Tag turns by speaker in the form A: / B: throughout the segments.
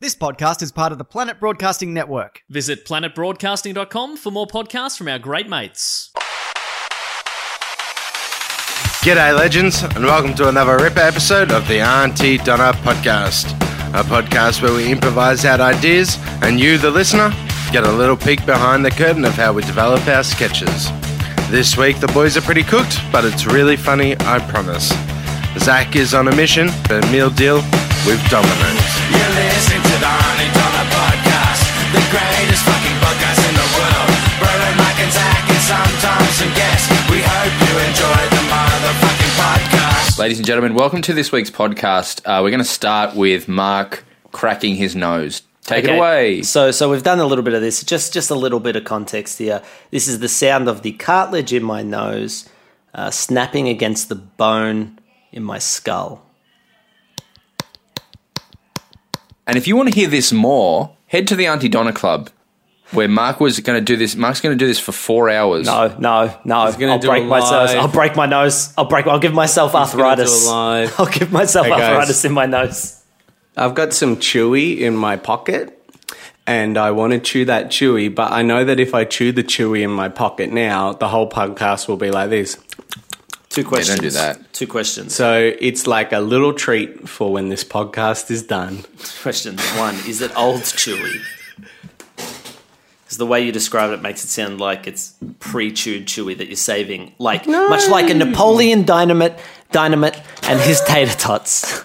A: This podcast is part of the Planet Broadcasting Network.
B: Visit planetbroadcasting.com for more podcasts from our great mates.
C: G'day, legends, and welcome to another Ripper episode of the Auntie Donna podcast. A podcast where we improvise out ideas, and you, the listener, get a little peek behind the curtain of how we develop our sketches. This week, the boys are pretty cooked, but it's really funny, I promise. Zach is on a mission, a meal deal with Domino's.
D: You listen to the Honey Dollar Podcast, the greatest fucking podcast in the world. Bro and Mike and Zach and sometimes some guests. We hope you enjoy the motherfucking podcast.
E: Ladies and gentlemen, welcome to this week's podcast. Uh, we're going to start with Mark cracking his nose. Take
B: Okay.
E: it away.
F: So, so we've done a little bit of this. Just, just a little bit of context here. This is the sound of the cartilage in my nose uh, snapping against the bone in my skull.
E: And if you want to hear this more, head to the Auntie Donna Club, where Mark was going to do this. Mark's going to do this for four hours.
F: No, no, no!
G: gonna
F: I'll
G: do
F: break
G: a
F: my nose.
G: live-
F: I'll break my nose. I'll break. I'll give myself arthritis.
G: do a live-
F: I'll give myself
G: Hey, guys.
F: arthritis in my nose.
G: I've got some chewy in my pocket and I want to chew that chewy, but I know that if I chew the chewy in my pocket now, the whole podcast will be like this.
F: Two questions.
E: do that.
F: Two questions.
G: So it's like a little treat for when this podcast is done.
F: Question one Is it old chewy? Because the way you describe it makes it sound like it's pre chewed chewy that you're saving, like much like a Napoleon dynamite, dynamite and his tater tots.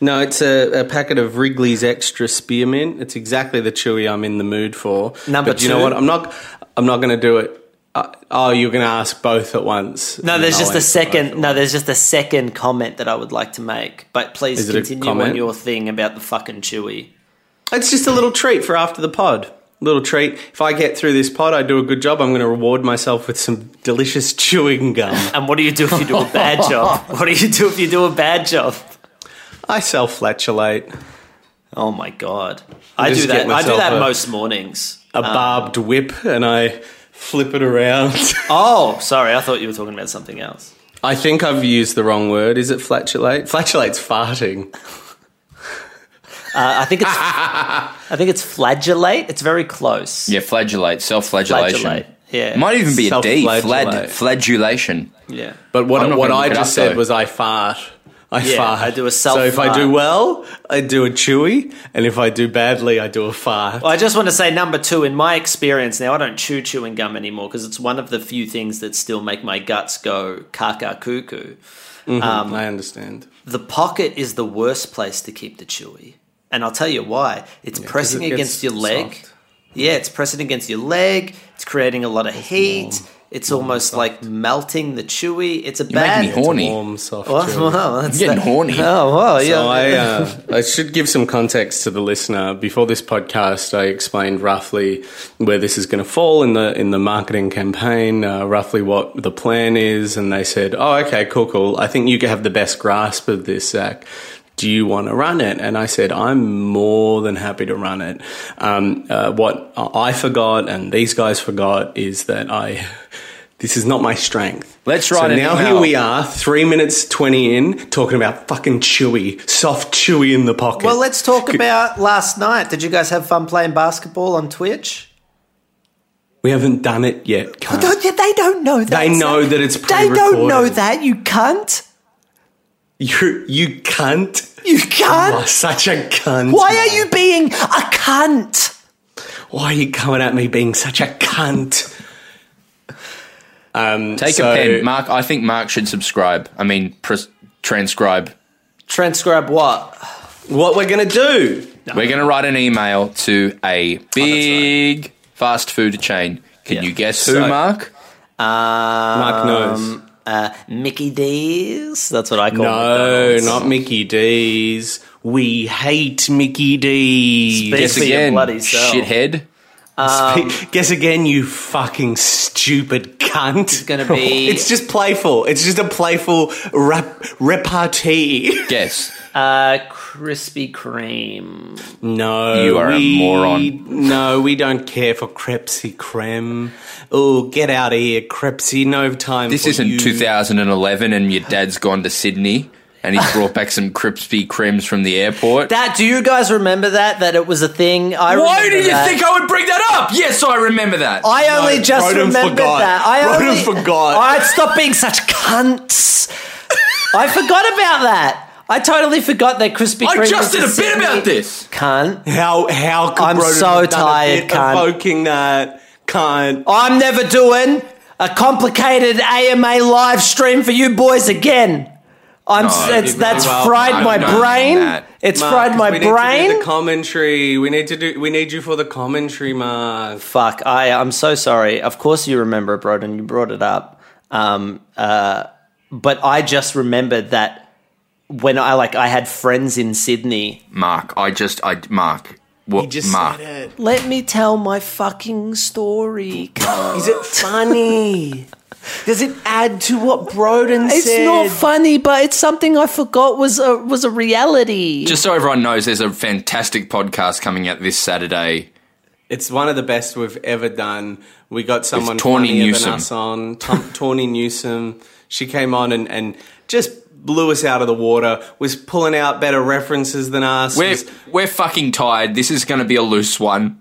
G: No, it's a, a packet of Wrigley's Extra Spearmint. It's exactly the chewy I'm in the mood for.
F: Number
G: but you know
F: two.
G: what? I'm not. I'm not going to do it. Uh, oh, you're going to ask both at once.
F: No, there's
G: I'll
F: just a
G: answer both at
F: second. No,
G: once.
F: there's just a second comment that I would like to make. But please
G: Is it a
F: continue on
G: comment?
F: your thing about the fucking chewy.
G: It's just a little treat for after the pod. Little treat. If I get through this pod, I do a good job. I'm going to reward myself with some delicious chewing gum.
F: And what do you do if you do a bad job? What do you do if you do a bad job?
G: I self-flatulate
F: Oh my god! I do
G: Just
F: that.
G: get
F: I do
G: myself
F: that
G: a-
F: most mornings.
G: a barbed whip and I flip it around.
F: Oh, sorry. I thought you were talking about something else.
G: I think I've used the wrong word. Is it flatulate? Flatulate's farting.
F: I think it's I think it's flagellate. It's very close.
E: Yeah, flagellate, self-flagellation.
F: Flagellate, yeah.
E: Might even be a D. Flad,
G: Self-flagellate.
E: flagellation.
F: Yeah.
G: But
E: I'm
G: what,
E: not
G: what
E: gonna
G: I
E: look it
G: just
E: up,
G: said
E: though.
G: was I fart. I
F: Yeah,
G: fart.
F: I do a
G: So if I
F: self-fart.
G: do well, I do a chewy, and if I do badly, I do a fart.
F: Well, I just want to say number two. In my experience now, I don't chew chewing gum anymore because it's one of the few things that still make my guts go caca cuckoo.
G: I understand.
F: The pocket is the worst place to keep the chewy, and I'll tell you why. It's
G: 'cause
F: pressing
G: it gets
F: against your leg.
G: soft.
F: Yeah, it's pressing against your leg. It's creating a lot of heat. It's almost like melting the chewy. It's a
E: You're
F: bad.
E: making me horny.
G: Warm, soft
F: Well,
G: chewy.
F: well, that's
E: I'm getting
F: that-
E: horny.
F: Oh, well, yeah.
G: So I, uh, I should give some context to the listener. Before this podcast, I explained roughly where this is going to fall in the in the marketing campaign, uh, roughly what the plan is, and they said, "Oh, okay, cool, cool. I think you have the best grasp of this, Zach." Do you want to run it? And I said, I'm more than happy to run it. Um, uh, what I forgot and these guys forgot is that I, this is not my strength.
E: Let's write
G: so
E: an
G: now
E: email.
G: here we are, three minutes twenty in, talking about fucking chewy, soft chewy in the pocket.
F: Well, let's talk about last night. Did you guys have fun playing basketball on Twitch?
G: we haven't done it yet. cunt.
F: they don't know that.
G: They know that it's pre-recorded.
F: that, you cunt.
G: You you cunt.
F: You
G: Oh,
F: cunt.
G: such a cunt. man.
F: being a cunt?
G: Why are you coming at me being such a cunt? Um,
E: Take
G: so-
E: a pen, Mark. I think Mark should subscribe. I mean, pres- transcribe.
F: Transcribe what?
G: What we're gonna do?
E: We're going to write an email to
F: Oh,
E: a big fast food chain. Can you guess who,
G: So-
E: Mark? Um,
G: Mark knows.
F: Mickey D's? That's what I call
G: No,
F: McDonald's.
G: not Mickey D's. We hate Mickey D's.
F: Speak-
E: Guess
F: for your
E: again,
F: bloody self.
E: shithead.
F: Uh,
G: Speak- Guess again, you fucking stupid cunt. It's
F: gonna be-
G: It's just playful. It's just a playful rap- repartee.
E: Guess.
F: Uh, Krispy Kreme.
G: No,
E: You are a
G: we-
E: moron.
G: No, we don't care for Crepsy Creme. Oh, get out of here, Crepsy. No time.
E: This
G: for
E: isn't
G: you.
E: 2011 and your dad's gone to Sydney. and he's brought back some Krispy Kremes from the airport.
F: That do you guys remember that? That it was a thing. I
E: Why
F: remember
E: did you
F: that.
E: think I would bring that up? Yes, I remember that.
F: I only just
G: Roden
F: remembered
G: forgot.
F: that. I
G: Roden
F: only
G: forgot.
F: All right, stop being such cunts. I forgot about that. I totally forgot that Krispy Kreme.
E: I just
F: was
E: did a bit
F: Sydney
E: about this.
F: Cunt.
G: How how could
F: I'm
G: Broden
F: so
G: have done
F: tired,
G: a bit
F: cunt.
G: evoking that cunt?
F: I'm never doing a complicated AMA live stream for you boys again. I'm.
E: No, you
F: it's,
E: did
F: that's
E: really well.
F: fried
E: I'm
F: my
E: not doing
F: brain.
E: that.
F: It's
G: Mark,
F: fried my
G: we need to do
F: brain.
G: the commentary. We need to do. We need you for the commentary, Mark.
F: Fuck, I I'm so sorry. Of course you remember it, Broden. You brought it up. Um, uh, but I just remembered that when I like I had friends in Sydney.
E: Mark, I just, I Mark, what? Mark,
F: Let me tell my fucking story.
G: Is it funny? Does it add to what Broden
F: It's not funny, but it's something I forgot was a was a reality.
E: just so everyone knows, there's a fantastic podcast coming out this Saturday.
G: It's one of the best we've ever done. We got someone
E: Tawny
G: funnier
E: Newsom.
G: than us on Ta- Tawny Newsom. She came on and, and just blew us out of the water. Was pulling out better references than us.
E: We're
G: was-
E: we're fucking tired. This is going to be a loose one.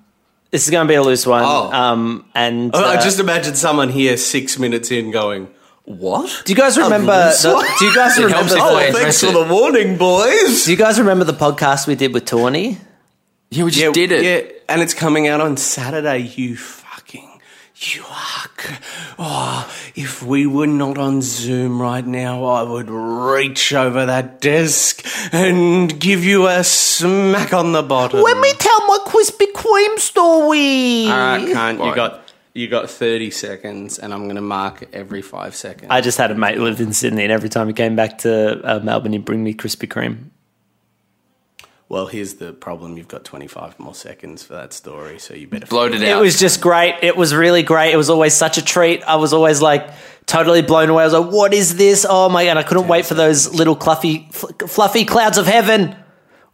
F: this is gonna be a loose one.
G: Oh.
F: Um, and
G: I
F: uh,
G: just imagine someone here six minutes in going.
E: What?
F: do you guys remember?
G: loose
F: the-
G: one?
F: do you guys
E: It
F: remember?
E: helps if
G: "Oh,
F: the-
E: I address it.
G: warning, boys.
F: do you guys remember the podcast we did with Tawny?
E: Yeah, we just did it.
G: Yeah, and it's coming out on Saturday. You fucking, you are. c- Oh, if we were not on Zoom right now, I would reach over that desk and give you a smack on the bottom.
F: tell my Krispy Kreme story.
G: I can't. You
E: Right.
G: got. You got 30 seconds, and I'm going to mark every five seconds.
F: I just had a mate who lived in Sydney, and every time he came back to uh, Melbourne, he'd bring me Krispy Kreme.
G: well, here's the problem. You've got 25 more seconds for that story, so you better.
E: Bloated
F: It
E: out.
F: was just great. It was really great. It was always such a treat. I was always like totally blown away. I was like, "What is this? Oh my god!" I couldn't wait for those little fluffy, f- fluffy clouds of heaven.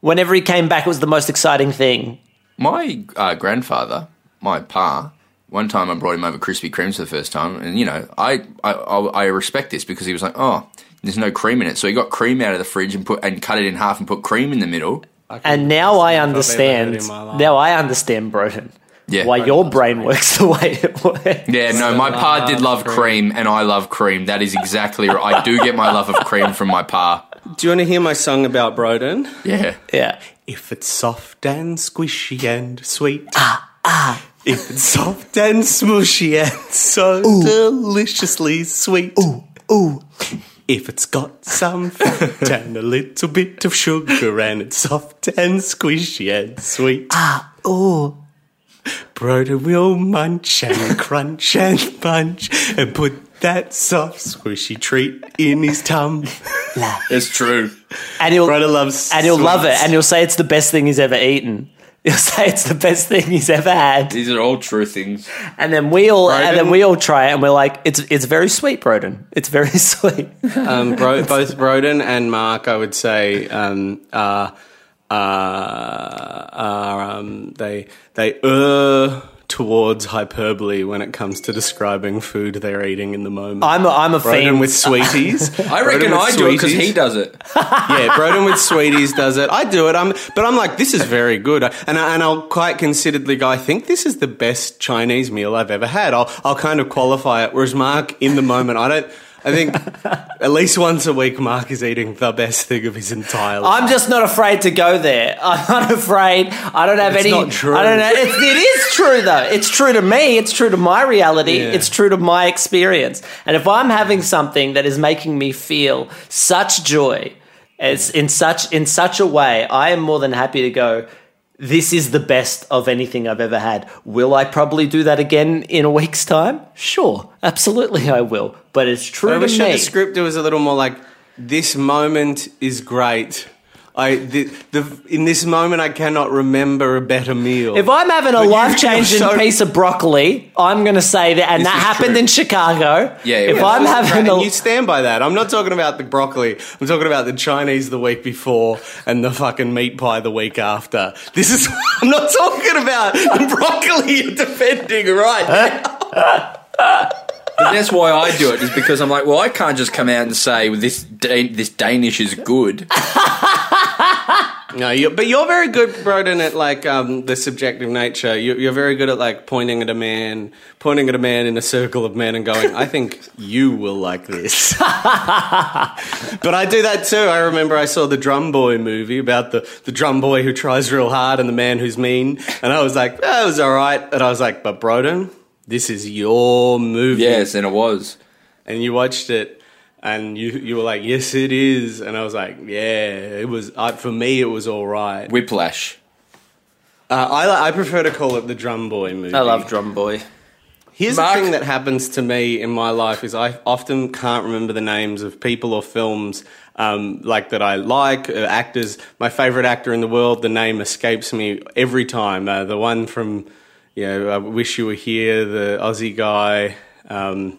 F: Whenever he came back, it was the most exciting thing.
E: my uh, grandfather, my pa, one time I brought him over Krispy Kremes for the first time, and you know, I I, I, I respect this because he was like, oh, there's no cream in it, so he got cream out of the fridge and put and cut it in half and put cream in the middle.
F: And now I understand.
G: heard in my life.
F: Now I understand, Broden,
E: Yeah.
F: why your brain works the way it works.
E: Yeah, no, my pa did love cream. and I love cream. That is exactly right. I do get my love of cream from my pa.
G: Do you want to hear my song about Broden?
E: Yeah.
F: Yeah.
G: If it's soft and squishy and sweet. Ah, ah. If it's soft and smushy and so deliciously sweet. Ooh, ooh. If it's got some fat and a little bit of sugar and it's soft and squishy and sweet. Ah, ooh. Broder will munch and crunch and punch and put that soft squishy treat in his tum.
E: It's true.
F: And he'll
G: Broder loves
F: and he'll love it,
G: sweets.
F: and he'll say it's the best thing he's ever eaten. He'll say it's the best thing he's ever had,
E: These are all true things.
F: and then we all and then
G: Broden?
F: we all try it, and we're like, it's it's very sweet, Broden. It's very sweet.
G: um, Bro- both Broden and Mark, I would say, um, are, are, are, um, they they err towards hyperbole when it comes to describing food they're eating in the moment.
F: I'm a, I'm a
G: Broden
F: fan.
G: with sweeties.
E: I reckon I do it because he does it.
G: Yeah, Broden with sweeties does it. I do it. I'm, but I'm like, this is very good, and I, and I'll quite consideredly go. I think this is the best Chinese meal I've ever had. I'll I'll kind of qualify it. Whereas Mark, in the moment, I don't. I think at least once a week, Mark is eating the best thing of his entire life.
F: I'm just not afraid to go there. I'm not afraid. I don't have
G: It's
F: any.
G: not true.
F: I don't know. It's, it is true though. It's true to me. It's true to my reality.
G: Yeah.
F: It's true to my experience. And if I'm having something that is making me feel such joy, as in such in such a way, I am more than happy to go. This is the best of anything I've ever had. Will I probably do that again in a week's time? Sure, absolutely, I will. But it's true
G: I
F: to
G: wish
F: me.
G: the script was a little more like this moment is great. I the, the in this moment I cannot remember a better meal.
F: If I'm having a
G: you-
F: life changing
G: you're so-
F: piece of broccoli, I'm going to say that, and
E: This
F: that
E: is
F: happened
E: true.
F: in Chicago.
E: Yeah, it
F: if
E: was.
F: I'm
E: This
F: having
G: And
F: a,
G: you stand by that. I'm not talking about the broccoli. I'm talking about the Chinese the week before and the fucking meat pie the week after. This is. I'm not talking about the broccoli you're defending right now.
E: But that's why I do it is because I'm like, well, I can't just come out and say well, this da- this Danish is good.
G: No, you but you're very good, Broden, at like um, the subjective nature. You, you're very good at like pointing at a man, pointing at a man in a circle of men, and going, "I think you will like this." but I do that too. I remember I saw the Drum Boy movie about the the drum boy who tries real hard and the man who's mean, and I was like, "That was all right," and I was like, "But Broden, this is your movie."
E: Yes, and it was.
G: and you watched it and you you were like yes it is and i was like yeah it was I, for me it was all right
E: Whiplash.
G: uh, i i prefer to call it the drum boy movie
F: I love Drum Boy.
G: here's
E: Mark-
G: the thing that happens to me in my life is i often can't remember the names of people or films um, like that i like uh, actors my favorite actor in the world the name escapes me every time uh, the one from you know i wish you were here the aussie guy um,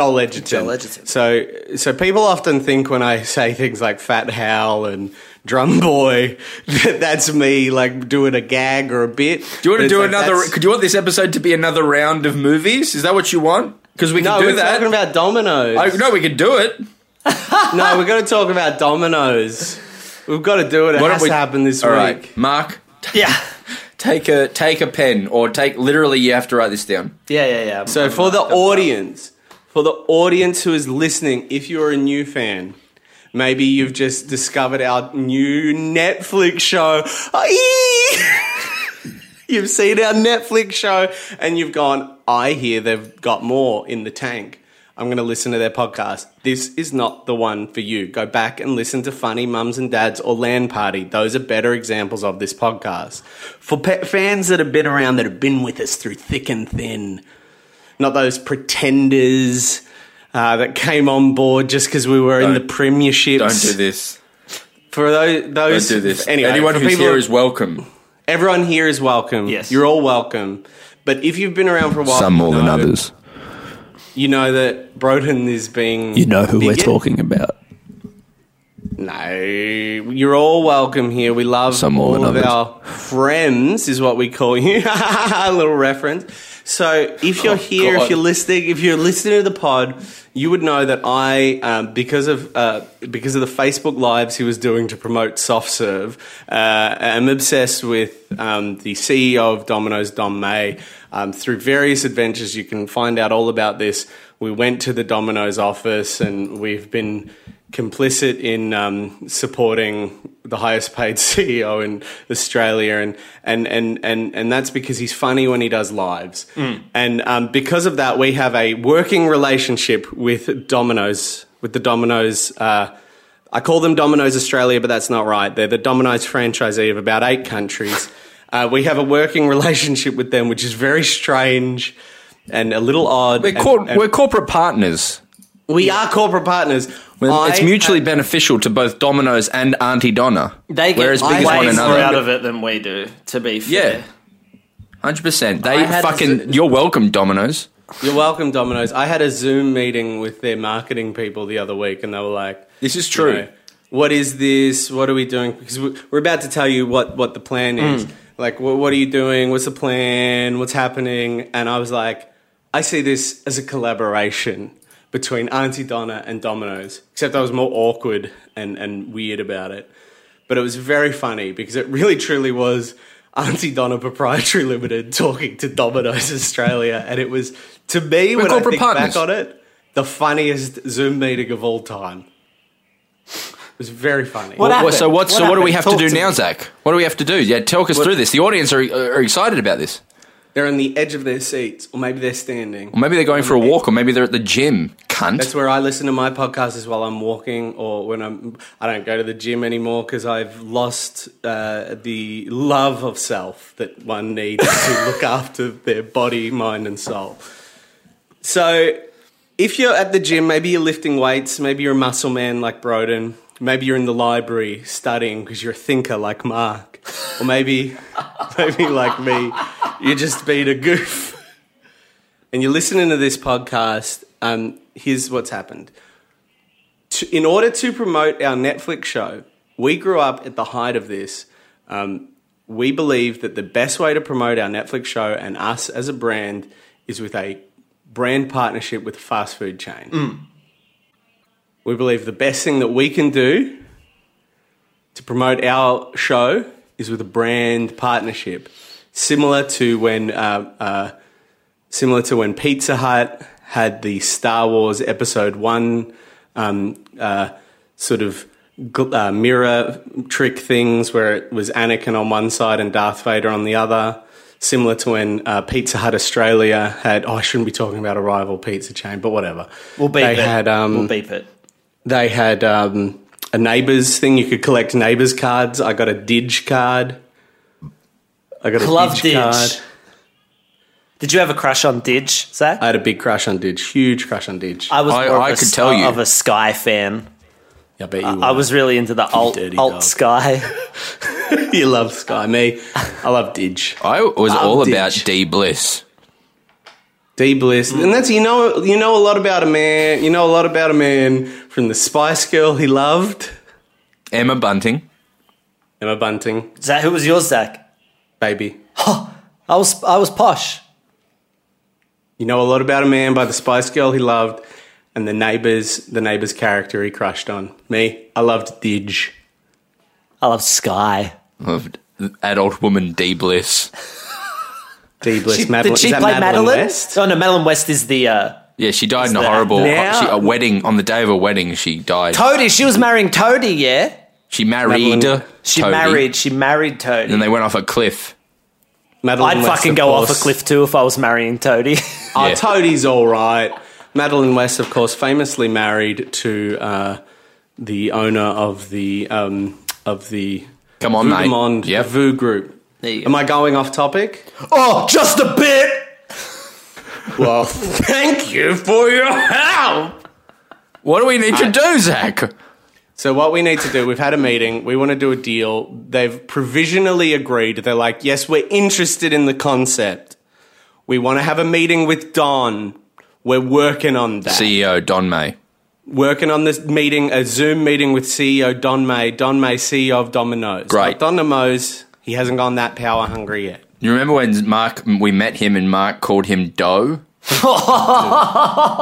G: Joel Edgerton.
F: Joel Edgerton.
G: So, so people often think when I say things like Fat Hal and Drum Boy, that that's me like doing a gag or a bit.
E: Do you want
G: But
E: to
G: it's
E: do
G: like,
E: another?
G: that's-
E: Do you want this episode to be another round of movies? Is that what you want? Because we can
G: No,
E: do
G: we're
E: that.
G: talking about dominoes.
E: I, no, we can do it.
G: no, we're going to talk about dominoes. We've got to do it. It
E: Why don't
G: has
E: we-
G: to happen this
E: All
G: week.
E: right, Mark, t-
F: Yeah.
E: take a take a pen or take literally. You have to write this down.
F: Yeah, yeah, yeah.
G: So for the audience, for the audience who is listening, if you're a new fan, maybe you've just discovered our new Netflix show. Aye! you've seen our Netflix show and you've gone, I hear they've got more in the tank. I'm going to listen to their podcast. This is not the one for you. Go back and listen to Funny Mums and Dads or Land Party. Those are better examples of this podcast. For pe- fans that have been around, that have been with us through thick and thin, not those pretenders uh, that came on board just because we were in
E: Don't-
G: the premierships.
E: Don't do this.
G: For those,
E: Don't
G: those
E: do this.
G: Anyway,
E: Anyone
G: for
E: who's
G: people-
E: here is welcome.
G: everyone here is welcome.
F: Yes.
G: you're all welcome. But if you've been around for a while, you know- You know that Broden is being. You know who we're talking about. No, you're all welcome here. We love
E: Some more
G: all
E: than
G: of
E: others.
G: our friends, is what we call you. A little reference. So, if you're here,
E: Oh, God.
G: if you're listening, if you're listening to the pod, you would know that I, um, because of uh, because of the Facebook lives he was doing to promote soft serve, uh, am obsessed with um, the CEO of Domino's, Dom May. Um, through various adventures, you can find out all about this. We went to the Domino's office, and we've been complicit in um, supporting the highest paid CEO in Australia, and and and and and that's because he's funny when he does lives, and um, because of that, we have a working relationship with Domino's, with the Domino's. Uh, I call them Domino's Australia, but that's not right. They're the Domino's franchisee of about eight countries. Uh, we have a working relationship with them, which is very strange and a little odd.
E: We're,
G: and-
E: cor-
G: and
E: we're corporate partners.
G: we are corporate partners.
E: Well, it's
G: I-
E: mutually beneficial to both Domino's and Auntie Donna.
F: they
E: We're
F: get
E: as
F: way
E: big as one
F: more
E: another.
F: out of it than we do, to be fair.
E: Yeah. Hundred percent. They
F: I had
E: fucking.
F: z-
E: you're welcome, Domino's.
G: You're welcome, Domino's. I had a Zoom meeting with their marketing people the other week, and they were like,
E: This is true.
G: you know, what is this? What are we doing? Because we- we're about to tell you what, what the plan is.
E: Hmm.
G: Like, wh- what are you doing? What's the plan? What's happening? And I was like, I see this as a collaboration between Auntie Donna and Domino's, except I was more awkward and, and weird about it. But it was very funny because it really truly was Auntie Donna Proprietary Limited talking to Domino's Australia. And it was, to me, when I
E: corporate
G: think
E: partners.
G: back on it, the funniest Zoom meeting of all time. It was very funny.
F: What happened?
E: so what? So what do we have to
F: Talk
E: do
F: me.
E: now, Zach? What do we have to do? Yeah, talk us through this. The audience are, are excited about this.
G: They're on the edge of their seats, or maybe they're standing.
E: Or maybe they're going for a walk, or maybe they're at the gym. Cunt.
G: That's where I listen to my podcast is while I'm walking or when I'm. I don't go to the gym anymore because I've lost uh, the love of self that one needs to look after their body, mind, and soul. So, if you're at the gym, maybe you're lifting weights, maybe you're a muscle man like Broden, maybe you're in the library studying because you're a thinker like Mark, or maybe, maybe like me, you're just being a goof and you're listening to this podcast, um, here's what's happened. To, in order to promote our Netflix show, we grew up at the height of this. Um, we believe that the best way to promote our Netflix show and us as a brand is with a brand partnership with a fast food chain. We believe the best thing that we can do to promote our show is with a brand partnership, similar to when uh, uh, similar to when Pizza Hut had the Star Wars Episode One um, uh, sort of gl- uh, mirror trick things, where it was Anakin on one side and Darth Vader on the other. Similar to when uh, Pizza Hut Australia had, oh, I shouldn't be talking about a rival pizza chain, but whatever.
F: We'll beep
G: they
F: it.
G: Had, um,
F: we'll beep it.
G: they had um, a neighbours thing. You could collect neighbours cards. I got a Didge card. I got a
F: Love
G: Didge,
F: Didge.
G: card.
F: Did you have a crush on Didge, Zach?
G: I had a big crush on Didge. Huge crush on Didge. I,
F: I was
E: I-
F: more
E: I
F: of, a, uh,
E: could tell you.
F: of a Sky fan.
G: bet you.
F: I was really into the alt,
G: dirty dog.
F: alt Sky.
G: you love Sky. Me, I love Didge.
E: I was
G: Love
E: all
G: Ditch.
E: about D Bliss.
G: D Bliss, and that's you know you know a lot about a man. You know a lot about a man from the Spice Girl he loved.
E: Emma Bunting.
G: Emma Bunting,
F: Zach, who was yours, Zach?
G: baby.
F: I was I was posh.
G: You know a lot about a man by the Spice Girl he loved, and the neighbours, the neighbours character he crushed on. Me, I loved Didge.
F: I love Sky.
E: Loved adult woman D Bliss.
G: D Bliss.
F: She-
G: Madeline,
F: did she
G: is that
F: play Madeline?
G: West?
F: Oh no, Madeline West is the uh,
E: Yeah, she died in a
F: that-
E: horrible
G: Now-
E: she, a wedding on the day of a wedding. She died.
F: Toadie. She was marrying Toadie. Yeah,
E: she married.
G: Madeline-
F: she
E: Toadie,
F: married. She married Toadie.
E: and they went off a cliff.
G: Madeline
F: I'd
G: West,
F: fucking
G: of
F: go off
G: course.
F: a cliff too if I was marrying Toadie.
G: Oh,
E: Yeah.
G: Toadie's all right. Madeline West, of course, famously married to uh, the owner of the um, of the
E: Come
F: Oh,
E: on, mate.
G: Vudemond
E: Yep.
G: Vu Group.
F: you go.
G: Am I going off topic?
F: oh, just a bit.
G: Well, thank you for your help.
E: What do we need to do, Zach?
G: So what we need to do, we've had a meeting. We want to do a deal. They've provisionally agreed. They're like, yes, we're interested in the concept. We want to have a meeting with Don. We're working on that.
E: CEO E Don May.
G: working on this meeting, a Zoom meeting with CEO Don May. Don May, CEO of Domino's.
E: Great.
G: But Domino's, he hasn't gone that power hungry yet.
E: You remember when Mark we met him and Mark called him Doe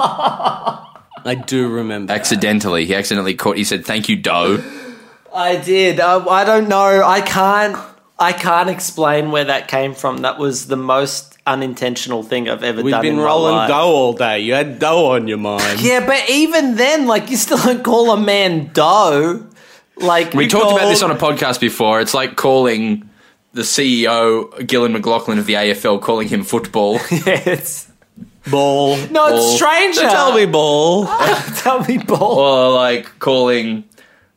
G: I do remember.
E: accidentally. He accidentally called. He said, "Thank you, Doe."
F: I did. I, I don't know. I can't. I can't explain where that came from. That was the most unintentional thing I've ever
G: We've
F: done.
G: been
F: in my
G: rolling
F: life.
G: dough all day. You had dough on your mind.
F: Yeah, but even then, like you still don't call a man dough. Like
E: We talked about this on a podcast before. It's like calling the CEO Gillan McLaughlin of the AFL, calling him football.
F: Yes.
G: Ball.
F: No, it's
E: Ball.
F: stranger.
G: Tell me, ball.
F: tell me, ball.
E: or like calling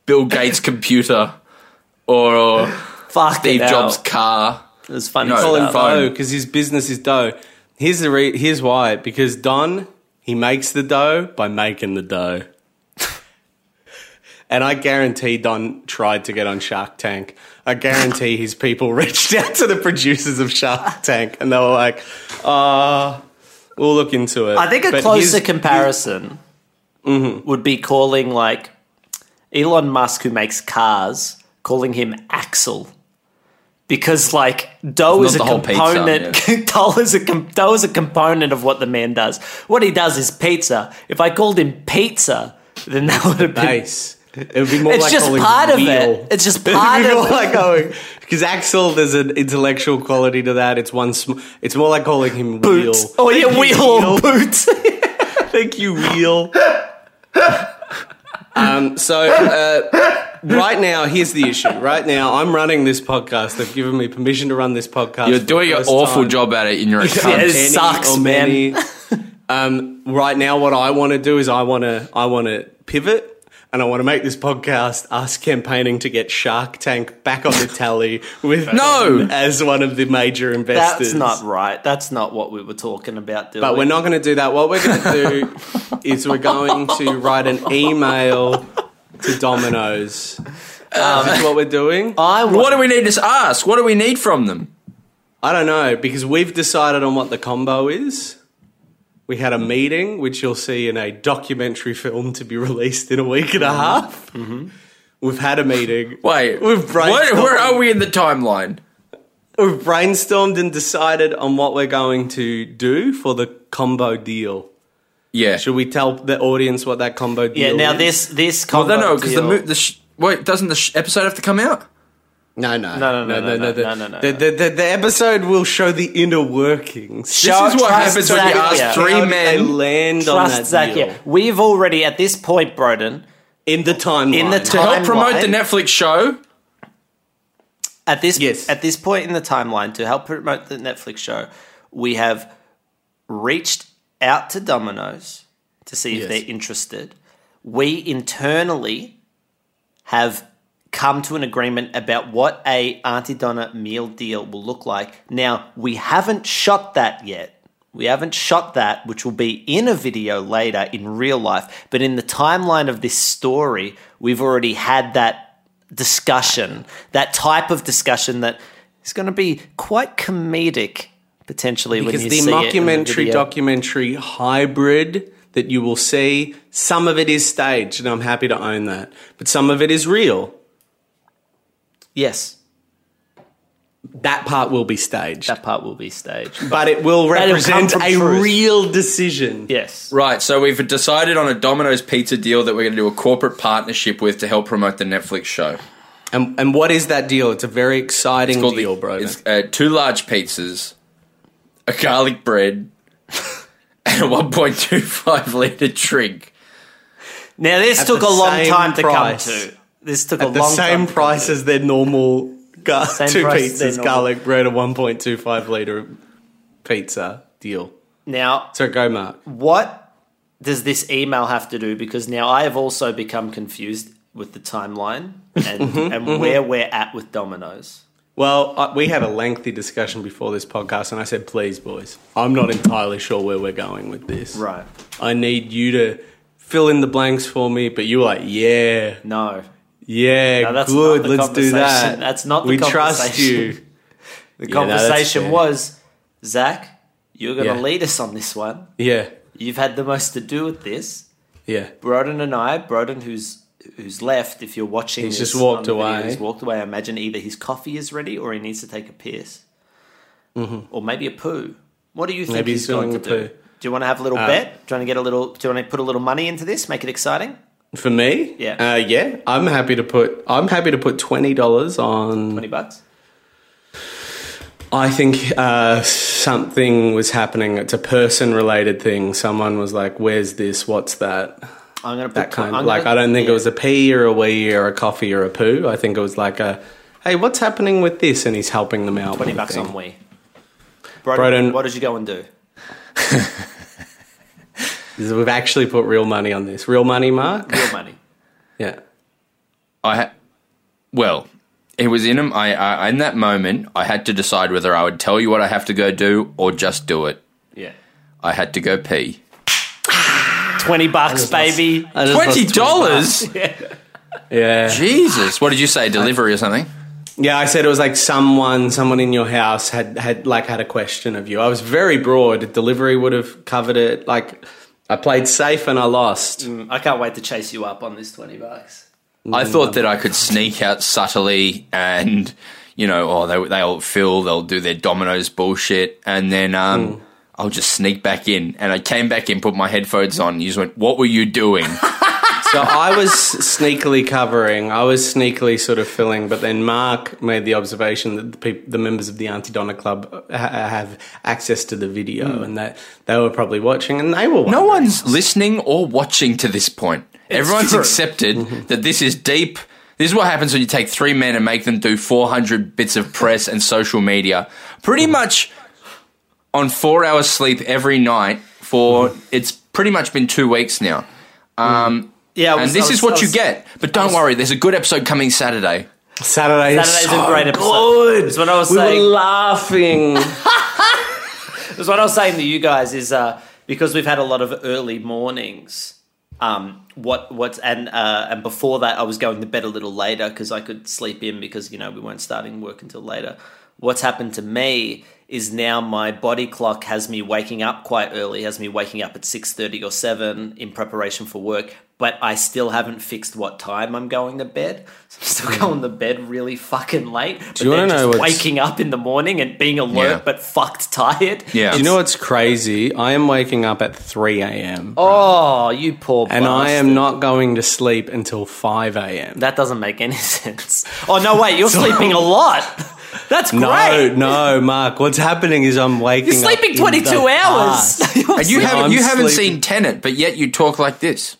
E: Bill Gates' computer or, or
F: Fuck
E: Steve
F: it
E: Jobs'
F: out.
E: car.
F: It was funny.
E: No,
F: stuff.
G: Call him
E: Phone.
G: dough because his business is dough. Here's the re- here's why. Because Don he makes the dough by making the dough. And I guarantee Don tried to get on Shark Tank. I guarantee his people reached out to the producers of Shark Tank and they were like, uh, we'll look into it.
F: I think a
G: But
F: closer
G: his-
F: comparison would be calling like Elon Musk, who makes cars, calling him Axel. Because like dough
E: Not
F: is a
E: the whole pizza,
F: component, dough is a com- dough is a component of what the man does. What he does is pizza. If I called him pizza, then that would have been.
G: base. It would be more
F: It's
G: like
F: just
G: calling
F: part of
G: wheel.
F: it. It's just
G: It'd be
F: part
G: more
F: of it.
G: like going because Axel. There's an intellectual quality to that. It's one. Sm- it's more like calling him
F: Boot.
G: wheel.
F: Oh yeah, wheel or
G: wheel.
F: boot.
G: Thank you, wheel. um. So uh, right now, here's the issue. Right now, I'm running this podcast. They've given me permission to run this podcast.
E: You're
G: for the
E: doing an
G: first
E: awful
G: time.
E: job at it, and you're a cunt.
F: Yes.
G: Any
F: sucks,
G: or
F: man.
G: many. um, right now, what I want to do is I want to I want to pivot. And I want to make this podcast us campaigning to get Shark Tank back on the tally with
E: No!
G: as one of the major investors.
F: That's not right. That's not what we were talking about. Dylan.
G: But we're not going to do that. What we're going to do is we're going to write an email to Domino's. Um, is this what we're doing?
F: I
E: What do we need to ask? What do we need from them?
G: I don't know because we've decided on what the combo is. We had a meeting, which you'll see in a documentary film to be released in a week
F: Mm-hmm.
G: and a half. We've had a meeting.
E: Wait,
G: We've
E: where,
G: brainstormed.
E: where are we in the timeline?
G: We've brainstormed and decided on what we're going to do for the combo deal.
E: Yeah.
G: Should we tell the audience what that combo deal
F: Yeah.
G: is?
F: Now this this
E: Well,
F: combo
E: no, no, because the,
F: deal-
E: mo- the sh- wait, doesn't the sh- episode have to come out?
G: No, no.
F: No, no, no, no,
G: the-
F: no, no, no,
G: the-
F: no.
G: The the- the episode will show the inner workings.
E: This
F: Show-
E: is what
F: trust
E: happens when you
F: Zach,
E: ask
F: yeah.
E: three
G: How did They
E: men.
G: land on that
F: trust Zach.
G: deal
F: Yeah, we've already at this point, Broden.
G: in the timeline.
F: In the
E: to help promote
F: timeline.
E: the Netflix show.
F: At this
G: Yes.
F: at this point in the timeline, to help promote the Netflix show, we have reached out to Domino's to see if
G: Yes.
F: they're interested. We internally have come to an agreement about what a Auntie Donna meal deal will look like. Now, we haven't shot that yet. We haven't shot that, which will be in a video later in real life. But in the timeline of this story, we've already had that discussion, that type of discussion that is going to be quite comedic potentially
G: because
F: when you
G: the
F: see it in the
G: mockumentary
F: video.
G: documentary hybrid that you will see, some of it is staged, and I'm happy to own that. But some of it is real.
F: yes,
G: That part will be staged,
F: that part will be staged.
G: but it will
F: That'll come
G: represent
F: from
G: a
F: truth.
G: real decision.
F: Yes.
E: Right, so we've decided on a Domino's pizza deal that we're going to do a corporate partnership with to help promote the Netflix show.
G: And, and what is that deal? It's a very exciting
E: called
G: deal,
E: the,
G: bro.
E: It's uh, two large pizzas, a garlic bread, and a 1.25 liter drink.
F: Now this
G: At
F: took
G: the
F: a long
G: same
F: time to
G: price.
F: come to. This took a
G: At the
F: long time
G: same
F: to come
G: price
F: to.
G: as their normal gar-
F: Same
G: two
F: price as their
G: pizzas,
F: normal-
G: garlic bread, a 1.25 liter pizza deal.
F: Now,
G: So go, Mark.
F: what does this email have to do? Because now I have also become confused with the timeline and,
G: Mm-hmm,
F: and where we're at with Domino's.
G: Well, I, we had a lengthy discussion before this podcast, and I said, please, boys, I'm not entirely sure where we're going with this.
F: Right.
G: I need you to fill in the blanks for me, but you were like, yeah,
F: No.
G: yeah,
F: No, that's
G: good,
F: not the
G: let's do that.
F: conversation. That's not the
G: We trust you.
F: conversation. The
G: no, that's
F: conversation
G: fair.
F: was, Zach, you're going to
G: Yeah.
F: lead us on this one.
G: Yeah,
F: You've had the most to do with this.
G: yeah.
F: Broden and I, Broden who's who's left, if you're watching
G: He's
F: this
G: just walked
F: on video,
G: away.
F: he's walked away. I imagine either his coffee is ready or he needs to take a piss. Or maybe a poo. What do you think
G: Mm-hmm. Maybe
F: he's,
G: he's
F: going to
G: doing a
F: do?
G: poo.
F: Do you want to have a little
G: Uh,
F: bet? Do you want to get a little do you want to put a little money into this? Make it exciting?
G: For me,
F: Yeah.
G: uh, yeah, I'm happy to put. I'm happy to put twenty dollars on.
F: Twenty bucks?
G: I think uh, something was happening. It's a person-related thing. Someone was like, "Where's this? What's that?"
F: I'm gonna put
G: that kind
F: twen-
G: of
F: I'm
G: like
F: gonna-
G: I don't think
F: yeah.
G: it was a pee or a wee or a coffee or a poo. I think it was like a hey, what's happening with this? And he's helping them out.
F: twenty
G: with
F: bucks
G: thing.
F: on we. Broden,
G: Broden-
F: what did you go and do?
G: We've actually put real money on this. Real money, Mark.
F: Your money.
G: yeah.
E: I ha- well, it was in 'em- I, I in that moment, I had to decide whether I would tell you what I have to go do or just do it.
F: Yeah.
E: I had to go pee.
F: Twenty bucks, baby.
G: I just lost
E: Twenty dollars?
G: Yeah.
E: Jesus! What did you say? Delivery or something?
G: Yeah. I said it was like someone, someone in your house had had like had a question of you. I was very broad. Delivery would have covered it. Like I played safe and I lost.
F: I can't wait to chase you up on this twenty bucks.
E: I thought that I could sneak out subtly and, you know, oh, they, they'll fill, they'll do their dominoes bullshit, and then um, I'll just sneak back in. And I came back in, put my headphones on, and you just went, What were you doing?
G: So I was sneakily covering. I was sneakily sort of filling, but then Mark made the observation that the, peop the members of the Auntie Donna Club uh, ha- have access to the video,
F: Hmm.
G: and that they were probably watching, and they were.
E: no
G: wondering.
E: one's listening or watching to this point. Everyone's
F: true. Mm-hmm.
E: accepted that this is deep. This is what happens when you take three men and make them do 400 bits of press and social media.
F: Mm-hmm.
E: Pretty much on four hours sleep every night
F: Mm-hmm.
E: for it's pretty much been two weeks now. Um,
F: Yeah, I
E: and
F: was- I
E: this
F: was-
E: is what
F: I
E: you
F: was-
E: get. But don't worry, there's a good episode coming Saturday.
G: Saturday is
F: Saturday's
G: so
F: a great episode.
G: good.
F: That's what I was
G: we
F: saying.
G: were laughing.
F: Because what I was saying to you guys is uh, because we've had a lot of early mornings. Um, what what's and uh, and before that, I was going to bed a little later because I could sleep in because you know we weren't starting work until later. What's happened to me is now my body clock has me waking up quite early, has me waking up at six thirty or seven in preparation for work. but I still haven't fixed what time I'm going to bed. So I'm still going to bed really fucking late. But
G: Hmm. you wanna
F: then
G: know
F: just
G: what's-
F: waking up in the morning and being alert
E: Yeah.
F: but fucked tired?
E: Yeah.
G: Do you know what's crazy? I am waking up at 3 a.m.
F: Oh, you poor
G: and I am
F: bastard.
G: not going to sleep until 5 a.m.
F: That doesn't make any sense. Oh, no, wait, you're sleeping a lot. That's great.
G: no, no, Mark. What's happening is I'm waking
F: You're
G: up
F: sleeping
G: in
F: 22 hours.
G: the past.
F: You're
E: And you
F: sleeping-
E: haven't
G: I'm
E: you haven't
G: sleeping.
E: seen Tenant, but yet you talk like this.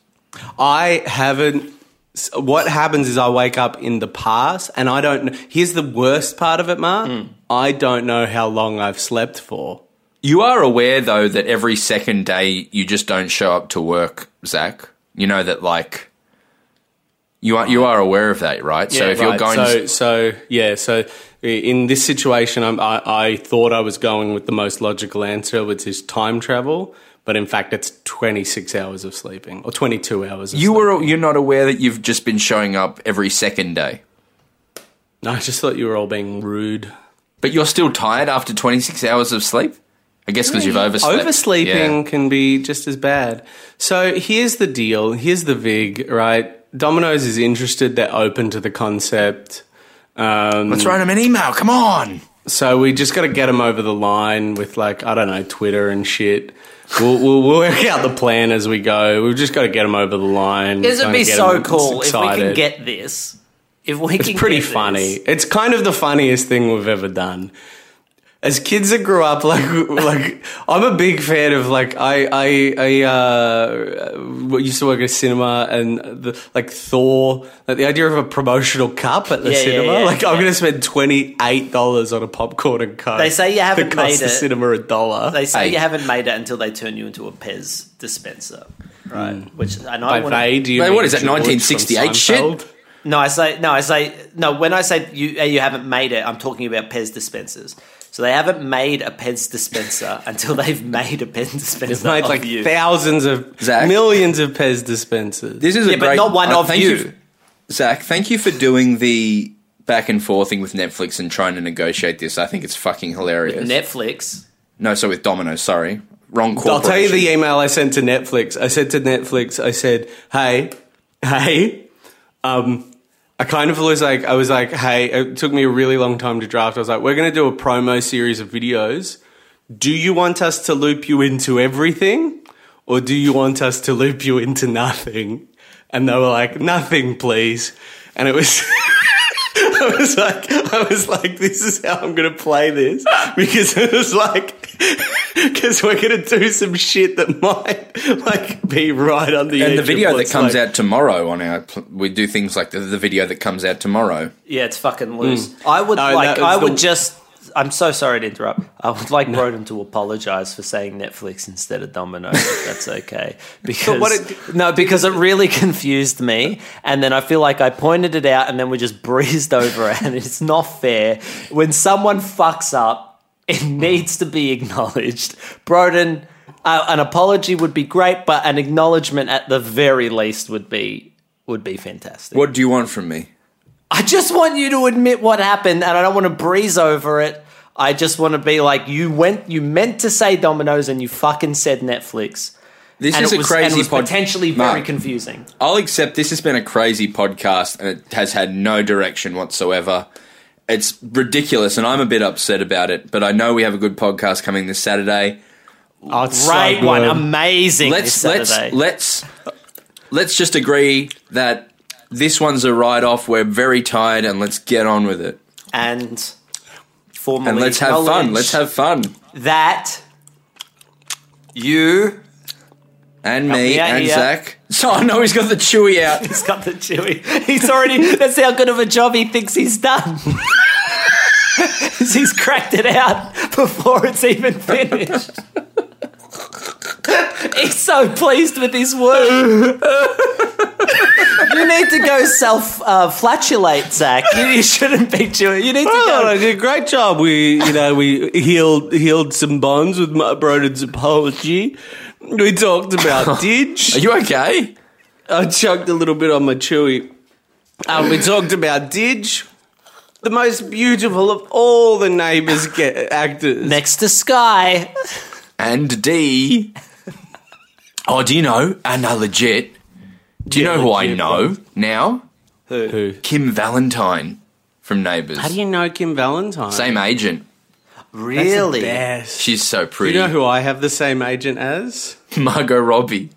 G: I haven't. s- What happens is I wake up in the past, and I don't. kn- Here's the worst part of it, Mark.
E: Hmm.
G: I don't know how long I've slept for.
E: You are aware though that every second day you just don't show up to work, Zach. You know that like you are you are aware of that, right? so if you're
G: Right,
E: going
G: so so yeah, so i- in this situation, I'm, I I thought I was going with the most logical answer, which is time travel. But in fact, it's 26 hours of sleeping or 22 hours. Of
E: you
G: sleeping.
E: were you're not aware that you've just been showing up every second day.
G: No, I just thought you were all being rude.
E: But you're still tired after 26 hours of sleep? I guess because you've overslept. Yeah.
G: Oversleeping can be just as bad. So here's the deal. Here's the vig. Right, Domino's is interested. They're open to the concept. Um,
E: Let's write him an email. Come on.
G: So we just got to get them over the line with like I don't know Twitter and shit. We'll, we'll, we'll work out the plan as we go. We've just got to get them over the line.
F: Isn't it
G: Kinda
F: be
G: get
F: so
G: 'em
F: cool if we can
G: excited.
F: get this? If we
G: It's
F: can
G: pretty
F: get this.
G: funny. It's kind of the funniest thing we've ever done. As kids that grew up, like like I'm a big fan of like I I I uh, used to work at a cinema and the, like Thor, like the idea of a promotional cup at the
F: Yeah, yeah,
G: cinema.
F: yeah,
G: like I'm
F: yeah.
G: going to spend twenty eight dollars on a popcorn and coke.
F: They say you haven't
G: that costs
F: made
G: the
F: it.
G: cinema a dollar.
F: They say
E: Hey.
F: you haven't made it until they turn you into a Pez dispenser, right? Which and I
G: Hmm. By
F: want
G: they,
F: to.
G: do you
E: Wait,
G: mean
E: what is that,
G: George from
E: 1968 shit?
G: Seinfeld?
F: No, I say no. I say no. When I say you uh, you haven't made it, I'm talking about Pez dispensers. So they haven't made a Pez dispenser until they've made a Pez dispenser.
G: It's made
F: of
G: like
F: you.
G: thousands of
E: Zach.
G: millions of Pez dispensers.
E: This is
F: Yeah,
E: a
F: but
E: great,
F: not one of
E: thank
F: you.
E: Zach, thank you for doing the back and forth thing with Netflix and trying to negotiate this. I think it's fucking hilarious.
F: Netflix.
E: no, so with Domino, sorry. Wrong
G: I'll
E: corporation.
G: tell you the email I sent to Netflix. I said to Netflix, I said, "Hey, hey, um, I kind of was like, I was like, hey, it took me a really long time to draft. I was like, we're going to do a promo series of videos. Do you want us to loop you into everything, or do you want us to loop you into nothing?" And they were like, "Nothing, please." And it was. I was like, I was like, this is how I'm going to play this because it was like, because we're going to do some shit that might like be right on the edge
E: and the
G: of
E: video that
G: what's,
E: comes
G: like-
E: out tomorrow on our, pl- we do things like the, the video that comes out tomorrow.
F: Yeah, it's fucking loose. Hmm. I would
G: No,
F: like.
G: that
F: I
G: was the-
F: would just. I'm so sorry to interrupt. I would like Roden to apologise for saying Netflix instead of Domino. if that's okay. Because
G: what it-
F: no, because it really confused me, and then I feel like I pointed it out, and then we just breezed over it, and it's not fair when someone fucks up. It needs to be acknowledged, Broden. Uh, an apology would be great, but an acknowledgement at the very least would be would be fantastic.
E: What do you want from me?
F: I just want you to admit what happened, and I don't want to breeze over it. I just want to be like, you went, you meant to say Domino's, and you fucking said Netflix.
E: This
F: and
E: is
F: it
E: a
F: was,
E: crazy
F: and it was
E: pod-
F: potentially very
E: Mark.
F: confusing.
E: I'll accept this has been a crazy podcast and it has had no direction whatsoever. It's ridiculous and I'm a bit upset about it, but I know we have a good podcast coming this Saturday.
G: Oh, it's so
F: Great one,
G: good.
F: amazing.
E: Let's
F: this
E: let's
F: Saturday.
E: let's let's just agree that this one's a write off. We're very tired and let's get on with it.
F: and formally
E: And let's have fun.
F: acknowledge
E: Let's have fun.
F: that. You,
E: And me
F: Yeah,
E: and
F: yeah.
E: Zach. So I know he's got the chewy out.
F: he's got the chewy. He's already. that's how good of a job he thinks he's done. he's cracked it out before it's even finished. He's so pleased with his work. you need to go self uh, flatulate, Zach. You, you shouldn't be chewing. You need to
G: Oh, I
F: go.
G: did a great job. We, you know, we healed healed some bonds with my Broden's apology. We talked about Didge.
E: Are you okay?
G: I chugged a little bit on my chewy. Um, we talked about Didge, the most beautiful of all the neighbours get actors.
F: Next to Sky.
E: And D. Oh, do you know? And are legit. Do you
G: Yeah,
E: know who I
G: legit,
E: know now?
G: Who?
E: Kim Valentine from Neighbours.
G: How do you know Kim Valentine?
E: Same agent.
F: Really?
G: Yes.
E: She's so
G: You
E: pretty.
G: know who I have the same agent as?
E: Margot Robbie.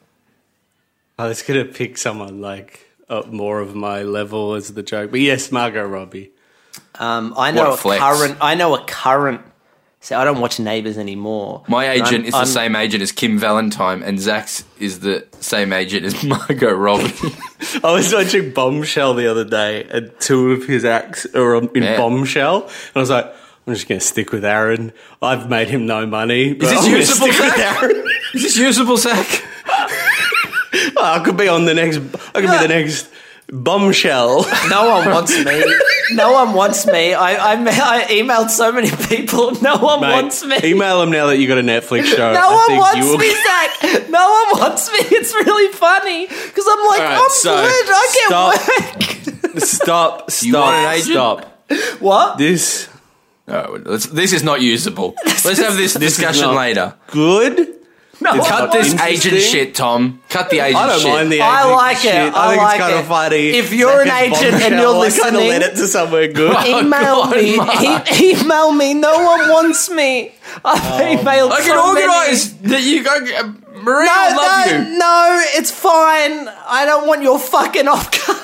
G: I was gonna pick someone like up more of my level as the joke, but yes, Margot Robbie.
F: Um,
E: What
F: I
E: a
F: know a
E: flex.
F: current. I know a current. See, I don't watch Neighbours anymore.
E: My
F: And I'm-
E: agent is the
F: I'm-
E: same agent as Kim Valentine, and Zach's is the same agent as Margot Robbie.
G: I was watching Bombshell the other day, and two of his acts are in
E: Yeah.
G: Bombshell, and I was like, I'm just gonna stick with Aaron. I've made him no money. But
E: this
G: I'm gonna
E: usable,
G: stick with
E: Zach?
G: Aaron.
E: is this usable, Zach?
G: I could be on the next. I could be the next Bombshell.
F: No one wants me. No one wants me. I, I, ma- I emailed so many people. No one
G: Mate,
F: wants me.
G: Email him now that you got a Netflix show.
F: no
G: I
F: one
G: think
F: wants
G: you will-
F: me, Zach. No one wants me. It's really funny because I'm like,
G: All right,
F: I'm
G: so,
F: good. I
G: Stop! Stop!
E: You want an agent?
G: Stop!
F: get work. What?
G: This
E: No, let's- this is not usable. Let's have this discussion
G: not-
E: later.
G: good.
F: No, one
E: Cut this
F: wants-
G: Interesting.
E: agent shit, Tom. Cut the agent
G: I don't
E: shit.
G: mind the.
F: I
G: agent
F: like it.
G: shit.
F: I
G: think
F: like
G: it's kind
F: it.
G: of funny.
F: If you're an agent and you're
G: kind of
F: listening-
G: led it to somewhere good. Oh,
F: Email
E: God,
F: me.
E: Mark.
F: E- email me. No one wants me.
G: Oh,
F: I've emailed
E: I
F: so
E: can
F: many.
E: organise that you go. Maria, I
F: No,
E: love
F: no,
E: you.
F: no, it's fine. I don't want your fucking off card.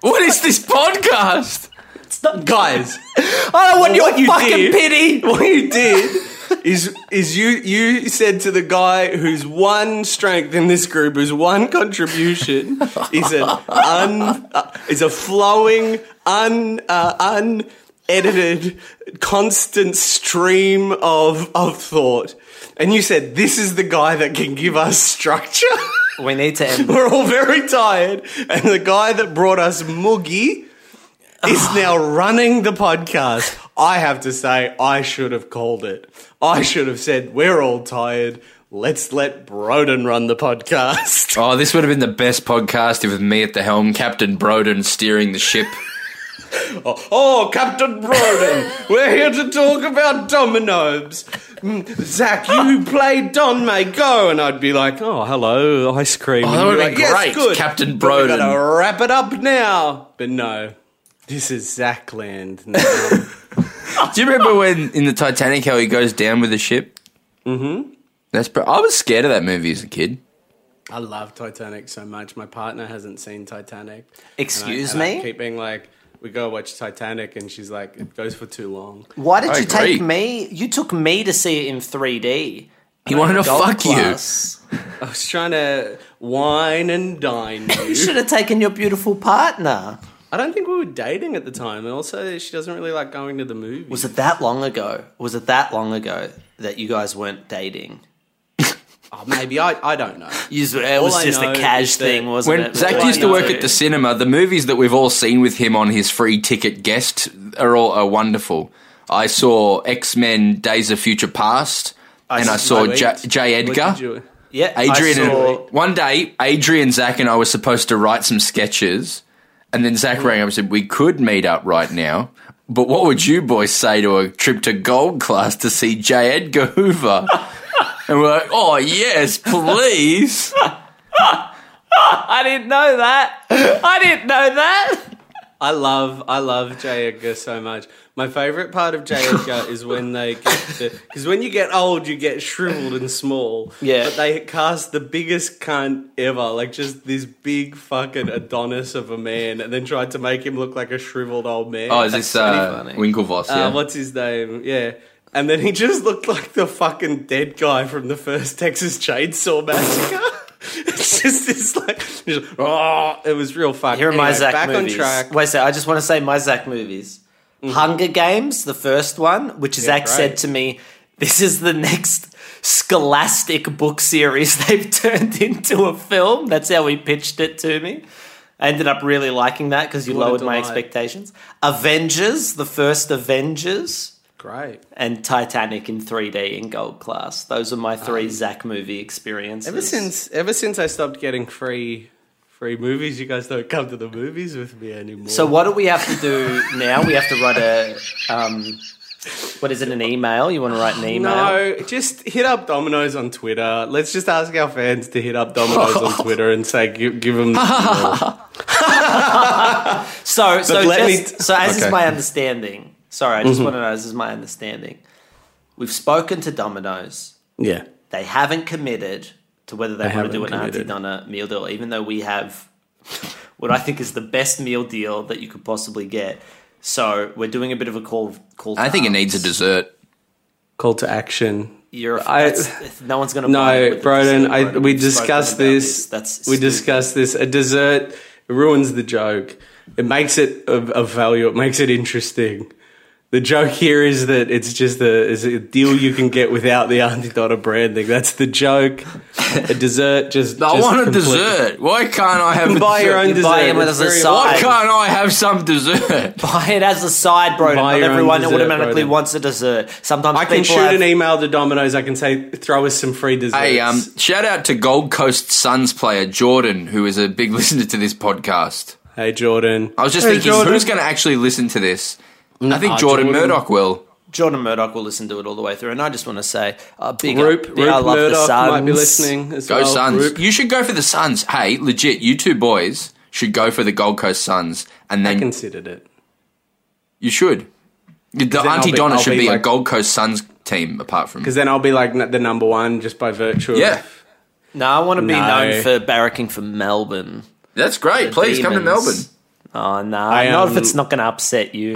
E: What is this podcast?
G: Guys,
F: I don't want your
G: what you
F: fucking
G: did-
F: pity.
G: what you did is is you you said to the guy whose one strength in this group, whose one contribution is an un uh, is a flowing un uh, unedited constant stream of of thought, and you said this is the guy that can give us structure.
F: We need to end.
G: We're all very tired, and the guy that brought us Moogie is now running the podcast. I have to say, I should have called it. I should have said, "We're all tired. Let's let Broden run the podcast."
E: Oh, this would have been the best podcast if with me at the helm, Captain Broden steering the ship.
G: Oh, Captain Broden, we're here to talk about dominoes. Mm, Zach, you play Don May Go, and I'd be like, "Oh, hello, ice cream."
E: Oh, that
G: And you'd
E: would've
G: be
E: been
G: like,
E: great, Captain
G: But we
E: Broden."
G: gotta wrap it up now. But no, this is Zach Land. now.
E: Do you remember when in the Titanic how he goes down with the ship? Mm-hmm. That's. Pr- I was scared of that movie as a kid.
G: I love Titanic so much. My partner hasn't seen Titanic.
F: Excuse
G: And I- and I
F: me?
G: keep being like, "We go watch Titanic," and she's like, "It goes for too long."
F: Why did
E: I
F: you take
E: agree.
F: me? You took me to see it in 3D.
E: He wanted to
F: Gold
E: fuck
F: class.
G: I was trying to wine and dine
F: You
G: you.
F: should have taken your beautiful partner.
G: I don't think we were dating at the time, and also she doesn't really like going to the movies.
F: Was it that long ago? Was it that long ago that you guys weren't dating?
G: Oh, maybe I, I don't know.
F: You, it was
G: I
F: just
G: know
F: a
G: is
F: cash
G: that
F: thing, wasn't
E: When
F: it?
E: Zach
F: Like,
E: used to
F: you
E: work
F: know.
E: at the cinema, the movies that we've all seen with him on his free ticket guest are all are wonderful. I saw X Men: Days of Future Past, and I saw
G: Wait,
E: J, J.
G: what
E: Edgar.
G: did you-
F: yeah, I
E: Adrian
F: saw-
E: and one day, Adrian, Zach, and I were supposed to write some sketches, and then Zach rang up and said we could meet up right now. But what would you boys say to a trip to Gold Class to see J. Edgar Hoover? and we're like, oh yes, please.
F: I didn't know that. I didn't know that.
G: I love I love J Edgar so much. My favorite part of J Edgar is when they get because when you get old, you get shriveled and small.
F: Yeah.
G: but they cast the biggest cunt ever, like just this big fucking Adonis of a man, and then tried to make him look like a shriveled old man.
E: Oh, is this uh,
F: funny.
E: Winklevoss? Yeah.
G: Uh, what's his name? Yeah. And then he just looked like the fucking dead guy from the first Texas Chainsaw Massacre. it's just this like, just, oh, it was real fucking.
F: Here are my
G: Anyway,
F: Zach
G: back
F: movies.
G: on track. Mm-hmm.
F: Wait a sec, I just want to say my Zach movies. Hunger Games, the first one, which Zach said
G: great.
F: to me, this is the next scholastic book series they've turned into a film. That's how he pitched it to me. I ended up really liking that because you
G: What a
F: lowered my
G: delight.
F: expectations. Avengers, the first Avengers,
G: Great.
F: and Titanic in 3D in gold class. Those are my three Zach movie experiences.
G: Um, Ever since, ever since I stopped getting free, free movies, you guys don't come to the movies with me anymore.
F: So what do we have to do now? We have to write a um, What is it? An email? You want to write an email?
G: No, just hit up Domino's on Twitter. Let's just ask our fans to hit up Domino's on Twitter and say, give, give them.
F: So, so,
G: let me
F: just,
G: t-
F: so as is
G: Okay.
F: my understanding. Sorry, I just want to know. As is my understanding, we've spoken to Domino's.
G: yeah.
F: They haven't committed to whether they, want to
G: haven't
F: do an Auntie
G: committed.
F: Donna meal deal, even though we have what I think is the best meal deal that you could possibly get. So we're doing a bit of a call. Call.
E: I
F: to
E: think it
G: Ah,
F: arms.
E: needs a dessert.
G: Call to action.
F: You're.
G: I-
F: that's- no one's going to.
G: No, Broden, I, we discussed this.
F: That's
G: we
F: discussed.
G: discussed this. A dessert ruins the joke. It makes it of, of value. It makes it interesting. The joke here is that it's just a, is a deal you can get without the Auntie Donna branding. That's the joke. A dessert just.
E: I
G: just
E: want a
G: complete-
E: dessert. Why can't I have a
G: Buy your
E: dessert?
G: own
F: You
G: dessert.
F: buy him
G: It's
F: as a
G: very-
F: side.
E: Why can't I have some dessert?
F: Buy it as a side, bro.
G: Buy
F: Not
G: your own
F: everyone
G: dessert,
F: automatically
G: Broden.
F: wants a dessert. Sometimes
G: I can
F: people
G: shoot
F: have,
G: an e- email to Domino's. I can say, throw us some free desserts.
E: hey, um, shout out to Gold Coast Suns player Jordan, who is a big listener to this podcast.
G: hey Jordan.
E: I was just
G: Hey,
E: thinking,
G: Jordan.
E: who's going to actually listen to this? I think
G: Nah,
E: Jordan,
G: Jordan.
E: Murdoch will.
F: Jordan Murdoch will listen to it all the way through, and I just want to say, uh, big
G: Roop,
F: up.
G: Roop
F: Yeah, I love the
G: Murdoch
F: Suns.
G: might be listening as
E: Go
G: well.
E: Suns.
G: Roop.
E: You should go for the Suns. Hey, legit, you two boys should go for the Gold Coast Suns, and
G: I
E: then
G: considered it.
E: you should. The
G: I'll
E: Auntie
G: be-
E: Donna
G: I'll
E: should
G: be
E: be, a
G: like-
E: Gold Coast Suns team, apart from
G: Because then I'll be like n- the number one just by virtue.
E: yeah.
G: Of,
F: No, I want to be
G: No.
F: known for barracking for Melbourne.
E: That's great. Please come to Melbourne.
F: Demons. Oh no,
G: I,
F: not
G: um,
F: if it's not going to upset you.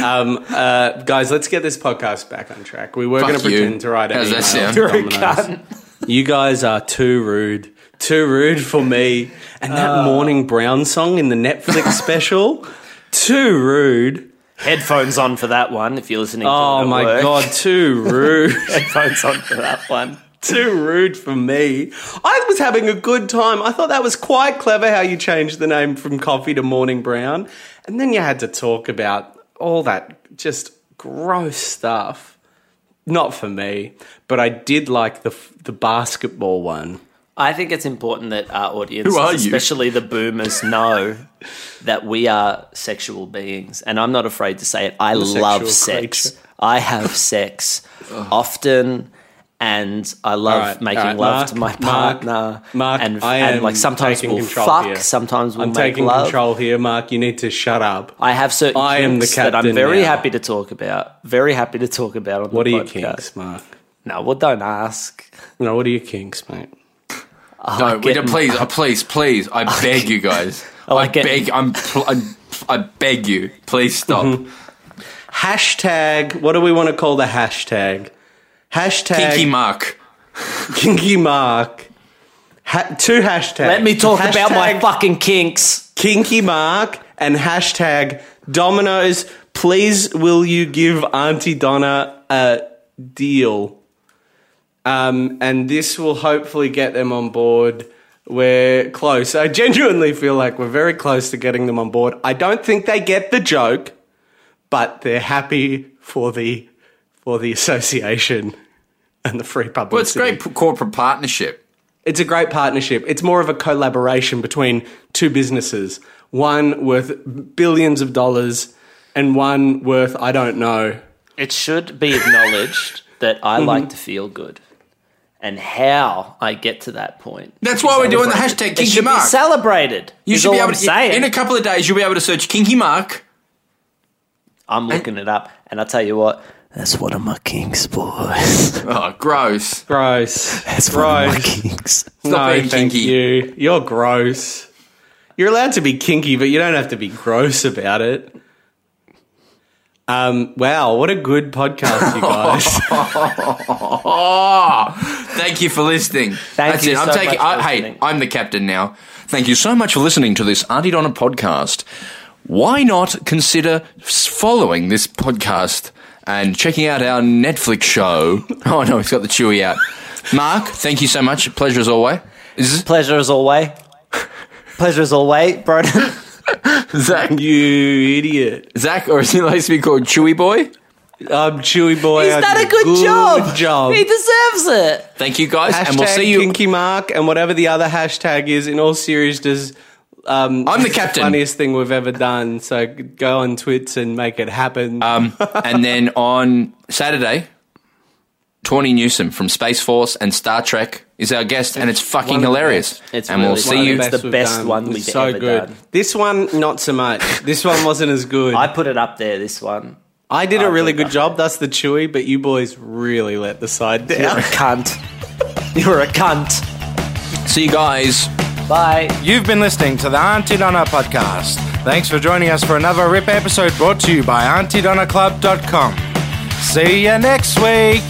G: guys, let's get this podcast back on track. We were
E: Fuck
G: going to
E: you.
G: pretend to write an
E: How's
G: email.
E: that sound?
G: to Domino's. You guys are too rude. Too rude for me. And that Morning Brown song in the Netflix special. Too rude.
F: Headphones on for that one. If you're listening, to it
G: Oh
F: at
G: my
F: work.
G: god, too rude.
F: headphones on for that one.
G: too rude for me. I was having a good time. I thought that was quite clever how you changed the name from coffee to morning brown. And then you had to talk about all that just gross stuff. Not for me, but I did like the the basketball one.
F: I think it's important that our audience,
E: Who are you?
F: especially the boomers, know that we are sexual beings, and I'm not afraid to say it. I love
G: sexual
F: sex.
G: creature.
F: I have sex often, and I love
G: All right,
F: making
G: all right,
F: love
G: Mark,
F: to my
G: Mark,
F: partner.
G: Mark,
F: and,
G: I
F: and
G: am
F: like sometimes
G: taking
F: we'll
G: control
F: fuck,
G: here.
F: sometimes we'll
G: I'm
F: make
G: taking
F: love.
G: control here, Mark. You need to shut up.
F: I have certain
G: I am the
F: kinks that I'm
G: captain
F: very
G: now.
F: happy to talk about. Very happy to talk about on
G: What are
F: the
G: your
F: podcast.
G: kinks, Mark?
F: No, well, don't ask.
G: No, what are your kinks, mate?
E: No, we
F: get
E: don't- please, uh, please, please. I beg you guys. I,
F: like it.
E: beg. I'm. Pl- I'm I beg you. Please stop.
F: Mm-hmm.
G: Hashtag. What do we want to call the hashtag? Hashtag.
E: Pinky Mark.
G: Kinky Mark. Ha- two hashtags.
F: Let me talk
G: Hashtag
F: about my fucking kinks.
G: Kinky Mark and hashtag Domino's. Please, will you give Auntie Donna a deal? Um, and this will hopefully get them on board. We're close. I genuinely feel like we're very close to getting them on board. I don't think they get the joke, but they're happy for the for the association and the free publicity.
E: Well, it's great p- corporate partnership.
G: It's a great partnership. It's more of a collaboration between two businesses, one worth billions of dollars and one worth, I don't know.
F: It should be acknowledged that I
E: Mm-hmm.
F: like to feel good. And how I get to that point.
E: That's why we're doing the hashtag
F: It
E: Kinky
F: should
E: Mark.
F: be celebrated.
E: you should be able
F: I'm
E: to.
F: say
E: In a couple of days, you'll be able to search Kinky Mark.
F: I'm looking it up, and I tell you what, that's one of my kinks, boys.
E: Oh, gross.
G: Gross.
F: That's one of my
G: gross.
F: kinks.
E: Stop
G: no,
E: being
G: thank
E: kinky.
G: you. You're gross. You're allowed to be kinky, but you don't have to be gross about it. Um, wow, what a good podcast, you guys.
E: Oh, thank you for listening.
F: Thank
E: That's
F: you
E: it. I'm
F: so
E: taking.
F: much for
E: I, hey,
F: listening.
E: I'm the captain now. Thank you so much for listening to this Auntie Donna podcast. Why not consider s- following this podcast and checking out our Netflix show? Oh no, it's got the Chewy out. Mark, thank you so much. Pleasure as always. Is
F: Pleasure as always. Pleasure as always, bro.
E: Zach
G: you idiot.
E: Zach, or is he likes to be called Chewy Boy?
G: Um, Chewy boy.
F: He's
G: I
F: done
G: did
F: a good, job.
G: job.
F: He deserves it.
E: Thank you guys,
G: Hashtag
E: and we'll see you.
G: Kinky Mark and whatever the other hashtag is. In all seriousness, Um,
E: I'm the
G: it's
E: captain.
G: Funniest thing we've ever done. So go on Twits and make it happen.
E: and then on Saturday, Tawny Newsom from Space Force and Star Trek is our guest, and it's fucking
G: one of the
E: hilarious.
G: best.
F: It's
E: and
F: really
E: we'll
F: one
E: see
F: of
E: you.
F: the it's
G: we've
F: best
G: done.
F: one
G: It was
F: we've
G: so
F: ever
G: good.
F: done.
G: This one, not so much. This one wasn't as good.
F: I
G: I,
F: put it up there. This one,
G: did a really
F: put it
G: good job. That's the chewy, but you boys really let the side down.
F: you're a cunt. You're a cunt.
E: See you guys.
F: Bye.
C: You've been listening to the Auntie Donna podcast. Thanks for joining us for another RIP episode brought to you by AuntieDonnaClub.com. See you next week.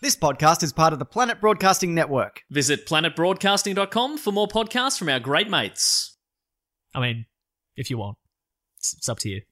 A: This podcast is part of the Planet Broadcasting Network.
B: Visit planetbroadcasting.com for more podcasts from our great mates.
H: I mean, if you want, it's, it's up to you.